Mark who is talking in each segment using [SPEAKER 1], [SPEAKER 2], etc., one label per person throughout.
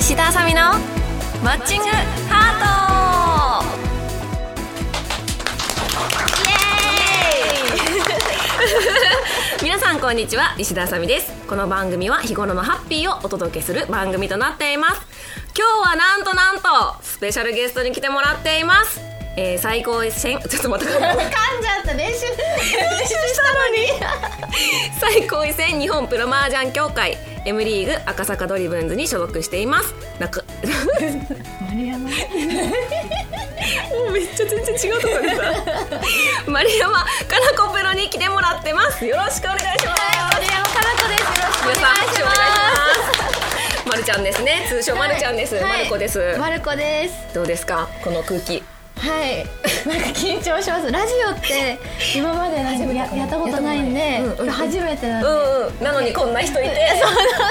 [SPEAKER 1] 石田あさみのマッチングハートイエーイ 皆さんこんにちは石田あさみですこの番組は日頃のハッピーをお届けする番組となっています今日はなんとなんとスペシャルゲストに来てもらっていますえー、最高選 ちょっと待って
[SPEAKER 2] 噛ん じゃった練習練習したのに
[SPEAKER 1] 最高位戦日本プロ麻雀協会 M リーグ赤坂ドリブンズに所属していますなか
[SPEAKER 2] マリアナ
[SPEAKER 1] めっちゃ全然違うところでさ丸山かなこプロに来てもらってますよろしくお願いします
[SPEAKER 2] 丸山かなこですよろしくお
[SPEAKER 1] 皆
[SPEAKER 2] 願い
[SPEAKER 1] さん拍手
[SPEAKER 2] し
[SPEAKER 1] お願
[SPEAKER 2] ま
[SPEAKER 1] い
[SPEAKER 2] す
[SPEAKER 1] しますまるちゃんですね通称まるちゃんです、
[SPEAKER 2] はい
[SPEAKER 1] まる子です、
[SPEAKER 2] まるこです
[SPEAKER 1] どうですかこの空気
[SPEAKER 2] はいなんか緊張しますラジオって今までラジオややったことないんで
[SPEAKER 1] うんうん
[SPEAKER 2] これ初めてなん
[SPEAKER 1] う
[SPEAKER 2] で
[SPEAKER 1] んうんなのにこんな人いて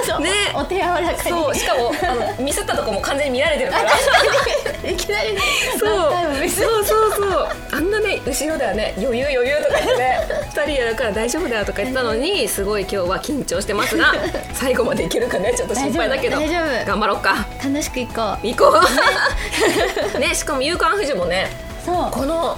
[SPEAKER 2] そうそう
[SPEAKER 1] ね
[SPEAKER 2] お手柔らかに
[SPEAKER 1] そうしかもあのミスったとこも完全に見られてるから
[SPEAKER 2] いきなりね
[SPEAKER 1] そ
[SPEAKER 2] 何
[SPEAKER 1] う
[SPEAKER 2] 回も見せ
[SPEAKER 1] そうそうそうあんなね後ろではね余裕余裕とか言って ね二人やるから大丈夫だよとか言ってたのにすごい今日は緊張してます が最後までいけるかねちょっと心配だけど
[SPEAKER 2] 大丈夫大丈夫
[SPEAKER 1] 頑張ろうか
[SPEAKER 2] 楽しく行こう
[SPEAKER 1] 行こう ねしかも「夕刊フジ」もね
[SPEAKER 2] そう
[SPEAKER 1] この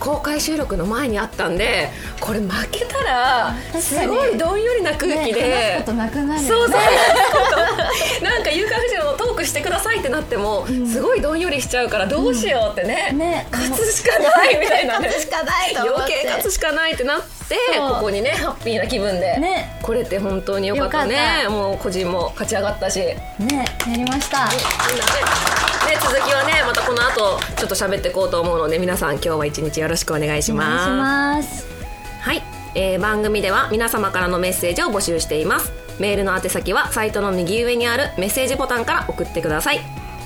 [SPEAKER 1] 公開収録の前にあったんでこれ負けたら
[SPEAKER 2] 確かに
[SPEAKER 1] すごいどんよりな空気で、
[SPEAKER 2] ね話すことなくなる
[SPEAKER 1] そうそうなんか有価不士のトークしてくださいってなっても、すごいどんよりしちゃうからどうしようってね,、
[SPEAKER 2] うんね
[SPEAKER 1] 勝つしかないみたいなね
[SPEAKER 2] 勝つしかないと思って
[SPEAKER 1] 余計勝つしかないってなって
[SPEAKER 2] そう
[SPEAKER 1] ここにねハッピーな気分で、
[SPEAKER 2] ね
[SPEAKER 1] これって本当に良かったね
[SPEAKER 2] よかった
[SPEAKER 1] もう個人も勝ち上がったしみんなね
[SPEAKER 2] ねやりました
[SPEAKER 1] ね続きはねまたこの後ちょっと喋っていこうと思うので皆さん今日は一日よろしくお願いし
[SPEAKER 2] お願い
[SPEAKER 1] ます
[SPEAKER 2] します
[SPEAKER 1] はい、えー番組では皆様からのメッセージを募集していますメールの宛先はサイトの右上にあるメッセージボタンから送ってください、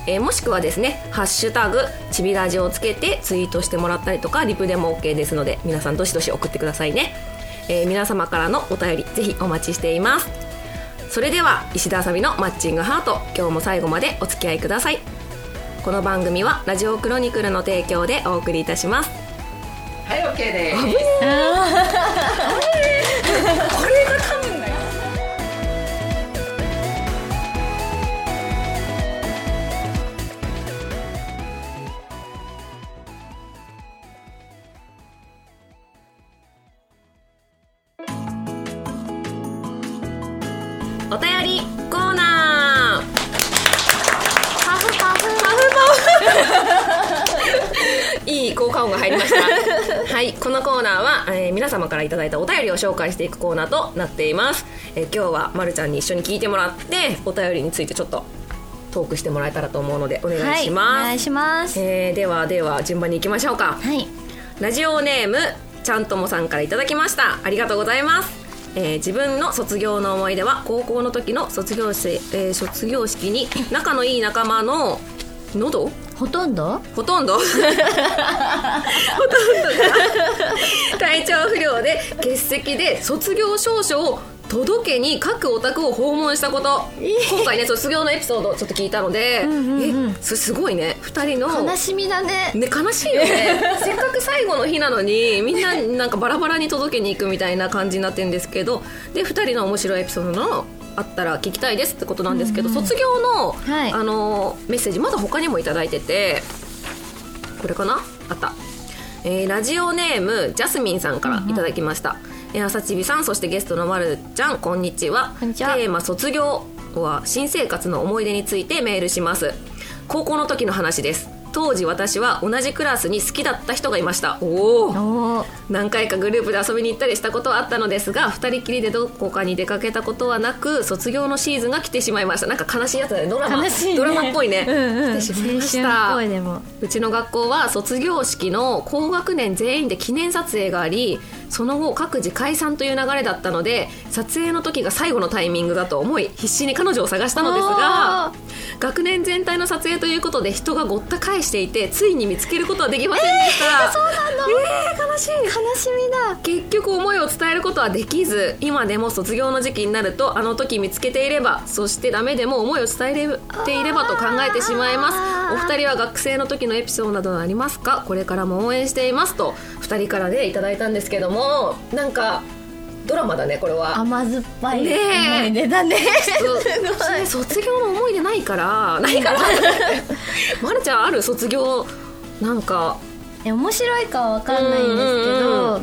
[SPEAKER 1] えーもしくはですね「ハッシュタグちびラジ」をつけてツイートしてもらったりとかリプでも OK ですので皆さんどしどし送ってくださいね、えー皆様からのお便りぜひお待ちしていますそれでは石田あさみのマッチングハート今日も最後までお付き合いくださいこの番組は「ラジオクロニクル」の提供でお送りいたします
[SPEAKER 3] はい、OK です。
[SPEAKER 1] お便りコーナー
[SPEAKER 2] パフパフ
[SPEAKER 1] いい効果音が入りました。 はい、このコーナーは、えー皆様からいただいたお便りを紹介していくコーナーとなっています。えー今日はまるちゃんに一緒に聞いてもらって、お便りについてちょっとトークしてもらえたらと思うのでお願いし
[SPEAKER 2] はい、お願
[SPEAKER 1] ま
[SPEAKER 2] い
[SPEAKER 1] す。
[SPEAKER 2] します
[SPEAKER 1] えーではでは順番に行きましょうか。
[SPEAKER 2] はい
[SPEAKER 1] ラジオネームちゃんともさんからいただきましたありがとうございます、えー自分の卒業の思い出は高校の時の卒業式、えー卒業式に仲のいい仲間の喉
[SPEAKER 2] ほとんど
[SPEAKER 1] ほとんどほとんどが体調不良で欠席で卒業証書を届けに各お宅を訪問したこと今回ね卒業のエピソードをちょっと聞いたので、えすすごいね2人の
[SPEAKER 2] 悲しみだね
[SPEAKER 1] ね、悲しいよねせっかく最後の日なのにみんななんかバラバラに届けに行くみたいな感じになってるんですけどで2人の面白いエピソードのあったら聞きたいですってことなんですけど、卒業の,、
[SPEAKER 2] はい
[SPEAKER 1] あのメッセージまだ他にも頂いただいててこれかなあった、えーラジオネームジャスミンさんからいただきました、えー朝ちびさんそしてゲストのまるちゃんこんにちは
[SPEAKER 2] こんにちは
[SPEAKER 1] テーマ卒業は新生活の思い出についてメールします高校の時の話です当時私は同じクラスに好きだった人がいましたおお
[SPEAKER 2] おー
[SPEAKER 1] 何回かグループで遊びに行ったりしたことはあったのですが2人きりでどこかに出かけたことはなく卒業のシーズンが来てしまいましたなんか悲しいやつだねドラマ
[SPEAKER 2] 悲しいね
[SPEAKER 1] ドラマっぽいね、
[SPEAKER 2] うんうん、
[SPEAKER 1] 来てしまいました
[SPEAKER 2] 青春っぽいでも
[SPEAKER 1] うちの学校は卒業式の高学年全員で記念撮影がありその後各自解散という流れだったので撮影の時が最後のタイミングだと思い必死に彼女を探したのですが学年全体の撮影ということで人がごった返していてついに見つけることはできませんでした、えー悲しい
[SPEAKER 2] 悲しみだ
[SPEAKER 1] 結局思いを伝えることはできず今でも卒業の時期になるとあの時見つけていればそしてダメでも思いを伝えれていればと考えてしまいます
[SPEAKER 2] あー
[SPEAKER 1] お二人は学生の時のエピソードなどありますかこれからも応援していますと二人からねいただいたんですけどもなんかドラマだねこれは
[SPEAKER 2] 甘酸っぱい
[SPEAKER 1] ねえ
[SPEAKER 2] 思い出だねすご
[SPEAKER 1] そう
[SPEAKER 2] い
[SPEAKER 1] ね卒業の思い出ないからないからまるちゃんある卒業なんか
[SPEAKER 2] え面白 いかは分かんないんですけ
[SPEAKER 1] うんうん
[SPEAKER 2] ど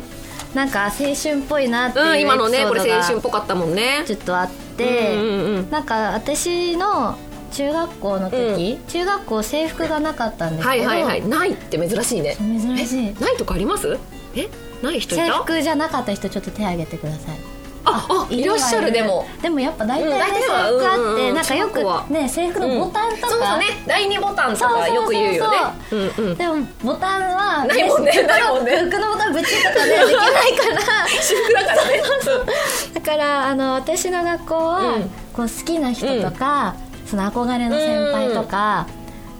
[SPEAKER 2] なんか青春っぽいなっていう
[SPEAKER 1] うん今の
[SPEAKER 2] エ
[SPEAKER 1] ね
[SPEAKER 2] ピソ
[SPEAKER 1] こ
[SPEAKER 2] ー
[SPEAKER 1] れ
[SPEAKER 2] ドが
[SPEAKER 1] 青春っぽかったもんね
[SPEAKER 2] ちょっとあって、
[SPEAKER 1] うんうんうん
[SPEAKER 2] なんか私の中学校の時、中学校制服がなかったんです
[SPEAKER 1] は
[SPEAKER 2] け
[SPEAKER 1] い
[SPEAKER 2] ど、
[SPEAKER 1] はいはいないって珍しいね
[SPEAKER 2] 珍しい
[SPEAKER 1] ないとかありますえない人い
[SPEAKER 2] 制
[SPEAKER 1] た
[SPEAKER 2] 服じゃなかった人ちょっと手挙げてください
[SPEAKER 1] ああいらっしゃるでも
[SPEAKER 2] でもやっぱ大体
[SPEAKER 1] うん
[SPEAKER 2] ね
[SPEAKER 1] 大
[SPEAKER 2] 制
[SPEAKER 1] 体
[SPEAKER 2] 服
[SPEAKER 1] は
[SPEAKER 2] あ
[SPEAKER 1] うん
[SPEAKER 2] っ
[SPEAKER 1] うんう
[SPEAKER 2] て
[SPEAKER 1] ん
[SPEAKER 2] なんかよくね制服のボタンとか
[SPEAKER 1] うんそうね第二ボタンとかよく言うよね
[SPEAKER 2] そう
[SPEAKER 1] うんうん
[SPEAKER 2] でもボタンは
[SPEAKER 1] ないもんね
[SPEAKER 2] 服の
[SPEAKER 1] ないもんね
[SPEAKER 2] 服のボタンぶちとかねできないから
[SPEAKER 1] 私服だからね
[SPEAKER 2] だからあの私の学校は、
[SPEAKER 1] うん
[SPEAKER 2] こう好きな人とか、その憧れの先輩とか、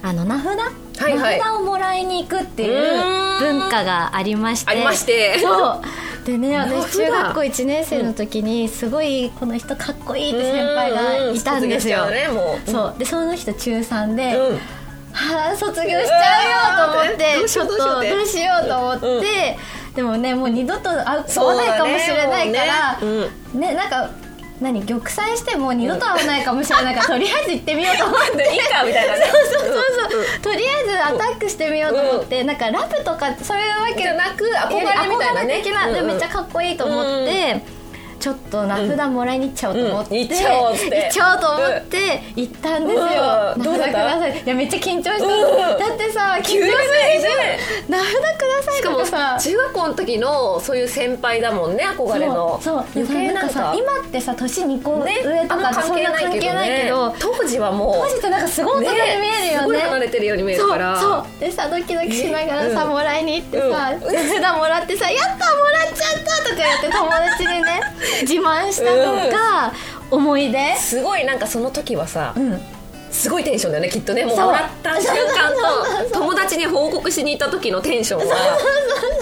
[SPEAKER 2] あの名札、
[SPEAKER 1] いはい
[SPEAKER 2] 名札をもらいに行くってい
[SPEAKER 1] う
[SPEAKER 2] う
[SPEAKER 1] ん
[SPEAKER 2] 文化がありまして
[SPEAKER 1] ありまして
[SPEAKER 2] そ うでね
[SPEAKER 1] 名札
[SPEAKER 2] 私中学校1年生の時にすごいこの人かっこいいって先輩がいたんで
[SPEAKER 1] う、卒業し
[SPEAKER 2] すよ
[SPEAKER 1] ちゃうねもう
[SPEAKER 2] そうでその人中3で、
[SPEAKER 1] うん
[SPEAKER 2] はあ卒業しちゃうよと思っ
[SPEAKER 1] うわーど
[SPEAKER 2] て
[SPEAKER 1] うし
[SPEAKER 2] ち
[SPEAKER 1] よ
[SPEAKER 2] ょ
[SPEAKER 1] う
[SPEAKER 2] っと
[SPEAKER 1] ど
[SPEAKER 2] ど
[SPEAKER 1] うしようって
[SPEAKER 2] うしようと思って、
[SPEAKER 1] うん
[SPEAKER 2] でもねもう二度と会う会わないかもしれないから
[SPEAKER 1] そうだねもうね
[SPEAKER 2] ねなんか何玉砕しても二度と会わないかもしれな いから、とりあえず行ってみようと思って
[SPEAKER 1] でいいかみたいなね
[SPEAKER 2] そうそうそうそう、とりあえずアタックしてみようと思って、なんかラブとかそういうわけ
[SPEAKER 1] じゃなく憧れみたいな
[SPEAKER 2] 憧れ
[SPEAKER 1] ね
[SPEAKER 2] 的なで
[SPEAKER 1] うんうん
[SPEAKER 2] めっちゃかっこいいと思って、ちょっと名札もらいに行っちゃおうと思って、
[SPEAKER 1] うんうん行っちゃおうって
[SPEAKER 2] 行っちゃおうと思って行ったんです
[SPEAKER 1] う
[SPEAKER 2] よ、
[SPEAKER 1] ん
[SPEAKER 2] 名
[SPEAKER 1] どうだ
[SPEAKER 2] 札
[SPEAKER 1] っ
[SPEAKER 2] く
[SPEAKER 1] た
[SPEAKER 2] ださいいやめっちゃ緊張した、
[SPEAKER 1] うん
[SPEAKER 2] だってさ緊張す
[SPEAKER 1] 急
[SPEAKER 2] る
[SPEAKER 1] に
[SPEAKER 2] じゃん名札ください
[SPEAKER 1] しかも
[SPEAKER 2] とかさ
[SPEAKER 1] 中学校の時のそういう先輩だもんね憧れの
[SPEAKER 2] そうそう
[SPEAKER 1] 余計なん
[SPEAKER 2] さ
[SPEAKER 1] か
[SPEAKER 2] 今ってさ年2個
[SPEAKER 1] ね
[SPEAKER 2] 上と
[SPEAKER 1] あんま
[SPEAKER 2] かでそ
[SPEAKER 1] 関
[SPEAKER 2] ん
[SPEAKER 1] 係
[SPEAKER 2] な
[SPEAKER 1] ない
[SPEAKER 2] 関
[SPEAKER 1] け
[SPEAKER 2] 係
[SPEAKER 1] ど
[SPEAKER 2] ないけ
[SPEAKER 1] ね
[SPEAKER 2] ど
[SPEAKER 1] 当時はもう
[SPEAKER 2] マジでなんかすごい大人に見えるよね
[SPEAKER 1] すごい離れてるように見えるから
[SPEAKER 2] そうそうでさドキドキしながらさ、
[SPEAKER 1] うん
[SPEAKER 2] もらいに行ってさ、
[SPEAKER 1] う
[SPEAKER 2] 手札もらってさ「やったもらっちゃった!」とか 言って友達にね自慢したのが思い出、
[SPEAKER 1] すごいなんかその時はさ、
[SPEAKER 2] うん、
[SPEAKER 1] すごいテンションだよねきっとねもう
[SPEAKER 2] そう
[SPEAKER 1] もらった瞬間と友達に報告しに行った時のテンションは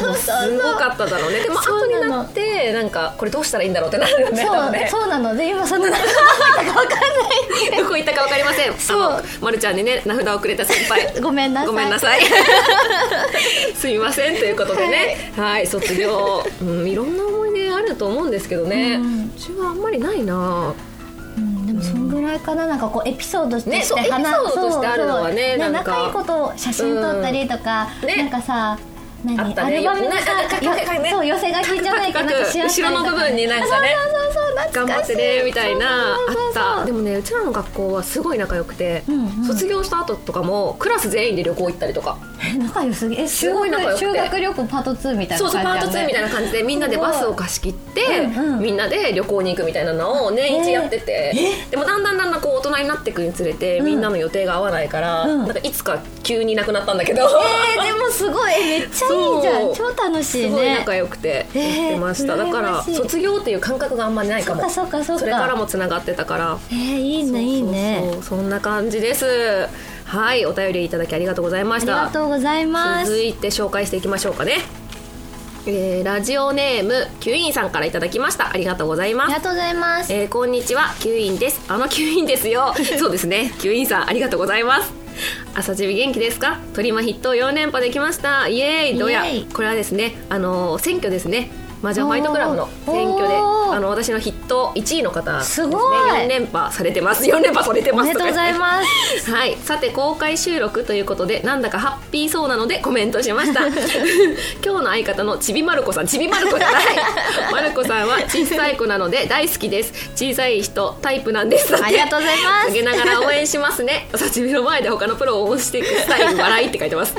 [SPEAKER 1] もうすごかっただろうねでも
[SPEAKER 2] そ
[SPEAKER 1] 後
[SPEAKER 2] う
[SPEAKER 1] に
[SPEAKER 2] なの
[SPEAKER 1] なってなんかこれどうしたらいいんだろうってなるよね多分
[SPEAKER 2] そう
[SPEAKER 1] ね
[SPEAKER 2] そうなので今その名札何だか分かんない
[SPEAKER 1] どこ行ったかわかりません
[SPEAKER 2] そう
[SPEAKER 1] あのまるちゃんにね名札をくれた先輩
[SPEAKER 2] ごめんなさい
[SPEAKER 1] ごめんなさいすみませんということでねはい、卒業、うん、いろんな思い出あると思うんですけどね、う
[SPEAKER 2] うん
[SPEAKER 1] ちはあんまりないな
[SPEAKER 2] うんでもそんぐらいかななんかこうエピソードとして、
[SPEAKER 1] ねそうエピソードとしてあるのはね
[SPEAKER 2] そうそう
[SPEAKER 1] なんか
[SPEAKER 2] 仲いいことを写真撮ったりとか、
[SPEAKER 1] うんね
[SPEAKER 2] なんかさ何
[SPEAKER 1] あったね
[SPEAKER 2] アルバムのさ
[SPEAKER 1] よくねあかかかね
[SPEAKER 2] そう寄せ書きじゃないかなんかし合ったりとか
[SPEAKER 1] 後ろの部分になんかね
[SPEAKER 2] そうそうそうそう
[SPEAKER 1] 頑
[SPEAKER 2] 懐
[SPEAKER 1] 張
[SPEAKER 2] か
[SPEAKER 1] っ
[SPEAKER 2] しい
[SPEAKER 1] てねみたいなあ
[SPEAKER 2] そうそ
[SPEAKER 1] っ
[SPEAKER 2] うそうそう
[SPEAKER 1] たでもねうちらの学校はすごい仲良くて、
[SPEAKER 2] うんうん
[SPEAKER 1] 卒業した後とかもクラス全員で旅行行ったりとか
[SPEAKER 2] え仲良すぎえ
[SPEAKER 1] すごい仲良くて
[SPEAKER 2] 修学旅行パート2みたい
[SPEAKER 1] そ
[SPEAKER 2] な
[SPEAKER 1] うそうパート2みたい
[SPEAKER 2] な
[SPEAKER 1] な感じでみんなでバスを貸し切って、
[SPEAKER 2] うんうん
[SPEAKER 1] みんなで旅行に行くみたいなのを年一やってて、でもだんだんだんだんこう大人になっていくにつれて、みんなの予定が合わないから、
[SPEAKER 2] うん
[SPEAKER 1] なんかいつか急になくなったんだけど、
[SPEAKER 2] えー、でもすごいえめっちゃいいじゃ
[SPEAKER 1] そ
[SPEAKER 2] ん
[SPEAKER 1] う
[SPEAKER 2] 超楽し
[SPEAKER 1] す
[SPEAKER 2] いね
[SPEAKER 1] ごい仲良くて
[SPEAKER 2] えー
[SPEAKER 1] やってました、だから
[SPEAKER 2] 羨ましい
[SPEAKER 1] 卒業っていう感覚があんまりないか
[SPEAKER 2] そう
[SPEAKER 1] も
[SPEAKER 2] かそうかそうか
[SPEAKER 1] それからもつながってたから
[SPEAKER 2] えー、いいねいいね
[SPEAKER 1] そうそうそうそんな感じですはいお便りいただきありがとうございま
[SPEAKER 2] あ
[SPEAKER 1] し
[SPEAKER 2] り
[SPEAKER 1] た
[SPEAKER 2] がとうございます
[SPEAKER 1] 続いて紹介していきましょうかね、えーラジオネームキュインさんからいただきましたありがとうござい
[SPEAKER 2] あ
[SPEAKER 1] ま
[SPEAKER 2] り
[SPEAKER 1] す
[SPEAKER 2] がとうございます
[SPEAKER 1] えーこんにちはキュインですあのキュインです よそうですねキュインさんありがとうございます朝チビ元気ですか鳥間筆頭4連覇できましたイエーイどや
[SPEAKER 2] イエーイ
[SPEAKER 1] これはですねあのー選挙ですねマジョファイトクラブの選挙で
[SPEAKER 2] おーおー
[SPEAKER 1] あの私の筆頭1位の方です
[SPEAKER 2] す
[SPEAKER 1] ね
[SPEAKER 2] ごい
[SPEAKER 1] 4連覇されてます4連覇されて
[SPEAKER 2] お
[SPEAKER 1] ます
[SPEAKER 2] めでとうございます
[SPEAKER 1] すはいさて公開収録ということでなんだかハッピーそうなのでコメントしま した今日の相方のちびまる子さんちびまる子じゃないまる子さんは小さい子なので大好きです小さい人タイプなんですだって
[SPEAKER 2] ありがとうございます
[SPEAKER 1] 陰ながら応援しますね お刺身の前で他のプロを応援していくスタイル笑いって書いて ます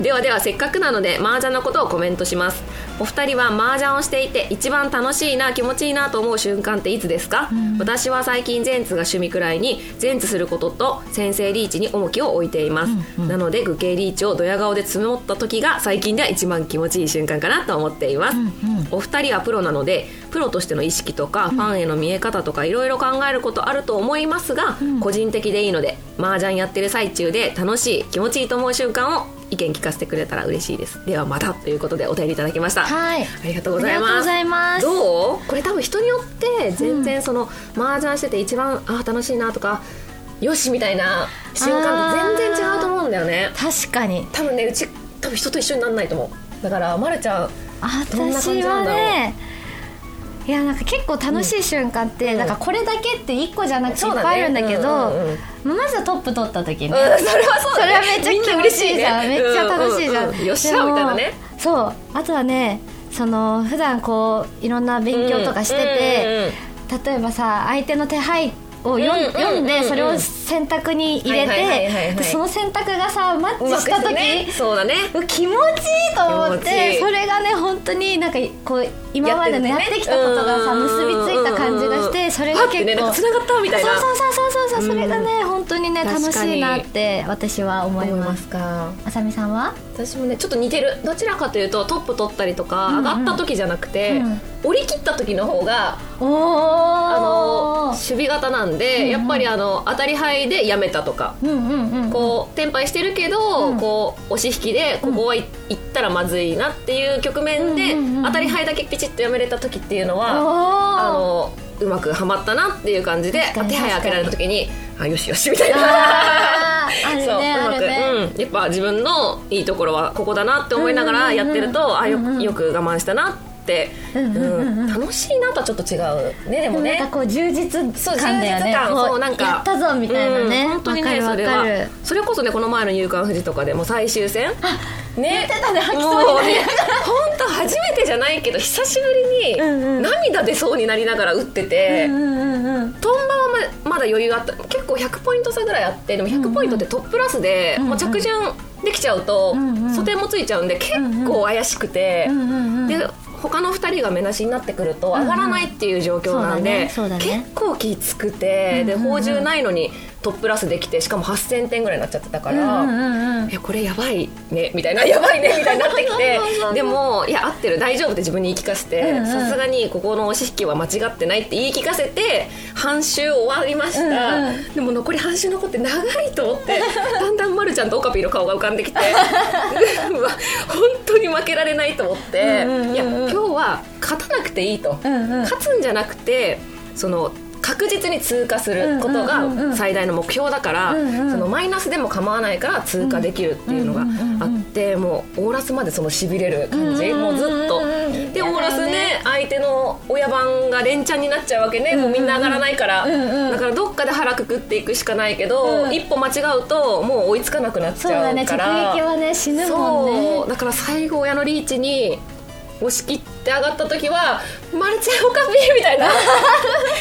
[SPEAKER 1] ではではせっかくなので麻雀のことをコメントしますお二人は麻雀をしていて一番楽しいな気持ちいいなと思う瞬間っていつですか、私は最近ゼンツが趣味くらいにゼンツすることと先生リーチに重きを置いています、なので愚形リーチをドヤ顔で積もった時が最近では一番気持ちいい瞬間かなと思っています、お二人はプロなのでプロとしての意識とかファンへの見え方とかいろいろ考えることあると思いますが、個人的でいいので麻雀やってる最中で楽しい気持ちいいと思う瞬間を意見聞かせてくれたら嬉しいですではまたということでお便りいただきました
[SPEAKER 2] はい
[SPEAKER 1] ありがとうござい
[SPEAKER 2] ありがとう
[SPEAKER 1] ま
[SPEAKER 2] ご
[SPEAKER 1] す
[SPEAKER 2] ざいます
[SPEAKER 1] どうこれ多分人によって全然その、麻雀してて一番あー楽しいなとかよしみたいな瞬間って全然違うと思うんだよね
[SPEAKER 2] 確かに
[SPEAKER 1] 多分ねうち多分人と一緒にならないと思うだからまるちゃん
[SPEAKER 2] あ
[SPEAKER 1] どんな感じ
[SPEAKER 2] 私
[SPEAKER 1] なん
[SPEAKER 2] は
[SPEAKER 1] だろう
[SPEAKER 2] ねいやなんか結構楽しい瞬間って、なんかこれだけって一個じゃなくてい
[SPEAKER 1] そう
[SPEAKER 2] っ
[SPEAKER 1] だね
[SPEAKER 2] ぱいあるんだけど
[SPEAKER 1] うんうん
[SPEAKER 2] まずはトップ取った時ね、
[SPEAKER 1] うんそれはそうだね
[SPEAKER 2] それはめっちゃ
[SPEAKER 1] みんな
[SPEAKER 2] 気持
[SPEAKER 1] 嬉
[SPEAKER 2] ち
[SPEAKER 1] しい
[SPEAKER 2] いい
[SPEAKER 1] ね
[SPEAKER 2] じゃん、めっちゃ楽しいじゃん、
[SPEAKER 1] うんうんうんよっしゃ
[SPEAKER 2] でも
[SPEAKER 1] みたいなね
[SPEAKER 2] そうあとはねその普段こういろんな勉強とかしてて、
[SPEAKER 1] うんうんうんうん
[SPEAKER 2] 例えばさ相手の手配を読
[SPEAKER 1] う
[SPEAKER 2] ん,、
[SPEAKER 1] んうんうんうん
[SPEAKER 2] 読んでそれを選択に入れ
[SPEAKER 1] はいはいはいはいは
[SPEAKER 2] て
[SPEAKER 1] い
[SPEAKER 2] でその選択がさマッ
[SPEAKER 1] う
[SPEAKER 2] チ
[SPEAKER 1] ま
[SPEAKER 2] し
[SPEAKER 1] く
[SPEAKER 2] た時、
[SPEAKER 1] ねそうだね
[SPEAKER 2] うわ気持ちいいと思っ
[SPEAKER 1] 気持ちい
[SPEAKER 2] て
[SPEAKER 1] い
[SPEAKER 2] それがね本当になんかこう今までの
[SPEAKER 1] やっ
[SPEAKER 2] やっ
[SPEAKER 1] てる
[SPEAKER 2] て
[SPEAKER 1] ね
[SPEAKER 2] きたことがさ
[SPEAKER 1] うん
[SPEAKER 2] 結びついた感じがしてそれが
[SPEAKER 1] パッて
[SPEAKER 2] 結
[SPEAKER 1] ねなん
[SPEAKER 2] 構
[SPEAKER 1] か繋がったみたいな
[SPEAKER 2] そうそうそうそうそうそれがね本当にね
[SPEAKER 1] 確か
[SPEAKER 2] 楽
[SPEAKER 1] に
[SPEAKER 2] しいなって私は思います
[SPEAKER 1] か
[SPEAKER 2] あさみさんは
[SPEAKER 1] 私もねちょっと似てるどちらかというとトップ取ったりとか、
[SPEAKER 2] うんう
[SPEAKER 1] 上
[SPEAKER 2] ん
[SPEAKER 1] がった時じゃなくて、
[SPEAKER 2] うん
[SPEAKER 1] 折り切った時の方が
[SPEAKER 2] お
[SPEAKER 1] あの
[SPEAKER 2] お
[SPEAKER 1] 守備型なんで、
[SPEAKER 2] うんうん
[SPEAKER 1] やっぱりあの当たり牌でやめたとか。
[SPEAKER 2] うんうんうん
[SPEAKER 1] こうテンパイしてるけど、
[SPEAKER 2] うん
[SPEAKER 1] こう押し引きでここはい、行ったらまずいなっていう局面で、
[SPEAKER 2] うんうんうんうん
[SPEAKER 1] 当たり牌だけピチッとやめれた時っていうの
[SPEAKER 2] お
[SPEAKER 1] はあ
[SPEAKER 2] ー
[SPEAKER 1] のうまくはまったなっていう感じで
[SPEAKER 2] 確
[SPEAKER 1] 手
[SPEAKER 2] か
[SPEAKER 1] 配
[SPEAKER 2] に
[SPEAKER 1] 開けられた時にあよしよしみたいな。
[SPEAKER 2] あ ーあるね
[SPEAKER 1] そうう
[SPEAKER 2] あ
[SPEAKER 1] ま
[SPEAKER 2] る
[SPEAKER 1] く、
[SPEAKER 2] ね
[SPEAKER 1] うん、やっぱ自分のいいところはここだなって思いながらやってると、
[SPEAKER 2] うんうんうんうん
[SPEAKER 1] あよ
[SPEAKER 2] うんうん
[SPEAKER 1] よく我慢したなって、
[SPEAKER 2] うんうんうんうん
[SPEAKER 1] 楽しいなとはちょっと違うねで
[SPEAKER 2] で
[SPEAKER 1] も
[SPEAKER 2] も
[SPEAKER 1] ね
[SPEAKER 2] なんかこう充実
[SPEAKER 1] そう
[SPEAKER 2] 感だよね
[SPEAKER 1] 充実感
[SPEAKER 2] こ
[SPEAKER 1] そうなんか
[SPEAKER 2] やったぞみたいなね
[SPEAKER 1] うん
[SPEAKER 2] わ
[SPEAKER 1] 本当に
[SPEAKER 2] か
[SPEAKER 1] ね
[SPEAKER 2] る
[SPEAKER 1] そ
[SPEAKER 2] わ
[SPEAKER 1] れ
[SPEAKER 2] か
[SPEAKER 1] は
[SPEAKER 2] る
[SPEAKER 1] それこそねこの前の夕刊フジとかでも最終戦ね
[SPEAKER 2] 言ってたね吐きそうになりな
[SPEAKER 1] 本当初めてじゃないけど久しぶりに
[SPEAKER 2] うんうん
[SPEAKER 1] 涙出そうになりながら打ってて、
[SPEAKER 2] うんうんうんうん
[SPEAKER 1] トンバはままだ余裕あった結構100ポイント差ぐらいあってでも100ポイントってトップラスで、
[SPEAKER 2] うんうん
[SPEAKER 1] もう着順できちゃうと、
[SPEAKER 2] うんうん
[SPEAKER 1] 素点もついちゃうんで結構怪しくて、
[SPEAKER 2] うんうんうん
[SPEAKER 1] で他の2人が目なしになってくると上がらないっていう状況なんで、
[SPEAKER 2] そうだねそうだね
[SPEAKER 1] 結構きつくて、
[SPEAKER 2] うんうんう
[SPEAKER 1] で
[SPEAKER 2] ん
[SPEAKER 1] 宝珠ないのにトップラスできてしかも8000点ぐらいになっちゃってたから。
[SPEAKER 2] うんうんうん
[SPEAKER 1] いやこれやばいねみたいなやばいねみたいになってき てでもいや合ってる大丈夫って自分に言い聞かせ
[SPEAKER 2] うんう
[SPEAKER 1] て
[SPEAKER 2] ん
[SPEAKER 1] さすがにここの押し引きは間違ってないって言い聞かせて半周終わりました、
[SPEAKER 2] うんう
[SPEAKER 1] でも残り半周残って長いと思ってだんだんまるちゃんとオカピーの顔が浮かんできて うわ本当に負けられないと思って、
[SPEAKER 2] うんうんうんうん
[SPEAKER 1] いや今日は勝たなくていいと、
[SPEAKER 2] うんうん
[SPEAKER 1] 勝つんじゃなくてその確実に通過すること
[SPEAKER 2] うんうんうんう
[SPEAKER 1] が
[SPEAKER 2] ん
[SPEAKER 1] 最大の目標だから、
[SPEAKER 2] うんうん
[SPEAKER 1] そのマイナスでも構わないから通過できるっていうのがあって、もうオーラスまでそのしびれる感じ、
[SPEAKER 2] うん
[SPEAKER 1] もうずっと、
[SPEAKER 2] うん
[SPEAKER 1] でオ
[SPEAKER 2] やだよね
[SPEAKER 1] ーラスね相手の親番が連チャンになっちゃうわけね、もうみんな上がらないから、
[SPEAKER 2] うんうん
[SPEAKER 1] だからどっかで腹くくっていくしかないけど、
[SPEAKER 2] うん
[SPEAKER 1] 一歩間違うともう追いつかなくなっち
[SPEAKER 2] そう
[SPEAKER 1] ゃ
[SPEAKER 2] だ
[SPEAKER 1] う
[SPEAKER 2] ね
[SPEAKER 1] か
[SPEAKER 2] 直撃
[SPEAKER 1] ら。
[SPEAKER 2] はね死ぬもん
[SPEAKER 1] そ
[SPEAKER 2] ね
[SPEAKER 1] うだから最後親のリーチに押し切って上がった時は「マルチェオカピー」みた いな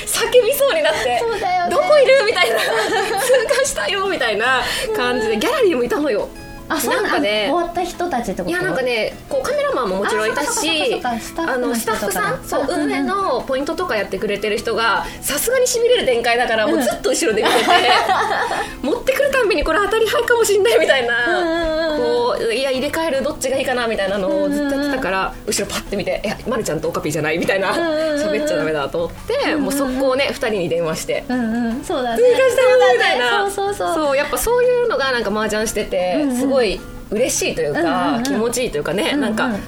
[SPEAKER 1] 叫びそうになって
[SPEAKER 2] そうだよね
[SPEAKER 1] どこいる?」みたいな 「通過したよ」みたいな感じでギャラリーもいたのよ
[SPEAKER 2] あそう
[SPEAKER 1] なんかね
[SPEAKER 2] あ終わった人たちってこと
[SPEAKER 1] い
[SPEAKER 2] い
[SPEAKER 1] やなんかねこうカメラマンももちろんいたし
[SPEAKER 2] あそうかそうかそうかそうか
[SPEAKER 1] あのス
[SPEAKER 2] ス
[SPEAKER 1] タッ
[SPEAKER 2] タッ
[SPEAKER 1] フ
[SPEAKER 2] フ
[SPEAKER 1] さ
[SPEAKER 2] さ
[SPEAKER 1] ん
[SPEAKER 2] ん
[SPEAKER 1] そう
[SPEAKER 2] うんうん
[SPEAKER 1] 運営のポイントとかやってくれてる人がさすがにしびれる展開だからもうずっと後ろで見てて 持ってくるたんびにこれ当たり牌かもしんないみたいな
[SPEAKER 2] うんうん
[SPEAKER 1] こういや入れ替えるどっちがいいかなみたいなのをずっとやってたから後ろパッて見て「いやまるちゃんとオカピーじゃない」みたいな
[SPEAKER 2] うんうんうん
[SPEAKER 1] 喋っちゃダメだと思ってもう速攻ね2人に電話して
[SPEAKER 2] うんうんそうだね
[SPEAKER 1] 追加したよみたいな
[SPEAKER 2] そうそうそう
[SPEAKER 1] そうやっぱそういうのがなんか麻雀してて
[SPEAKER 2] うんうん
[SPEAKER 1] すごい嬉しいという
[SPEAKER 2] うんうんう
[SPEAKER 1] か
[SPEAKER 2] ん
[SPEAKER 1] 気持ちいいというかねなん
[SPEAKER 2] う
[SPEAKER 1] か
[SPEAKER 2] んうん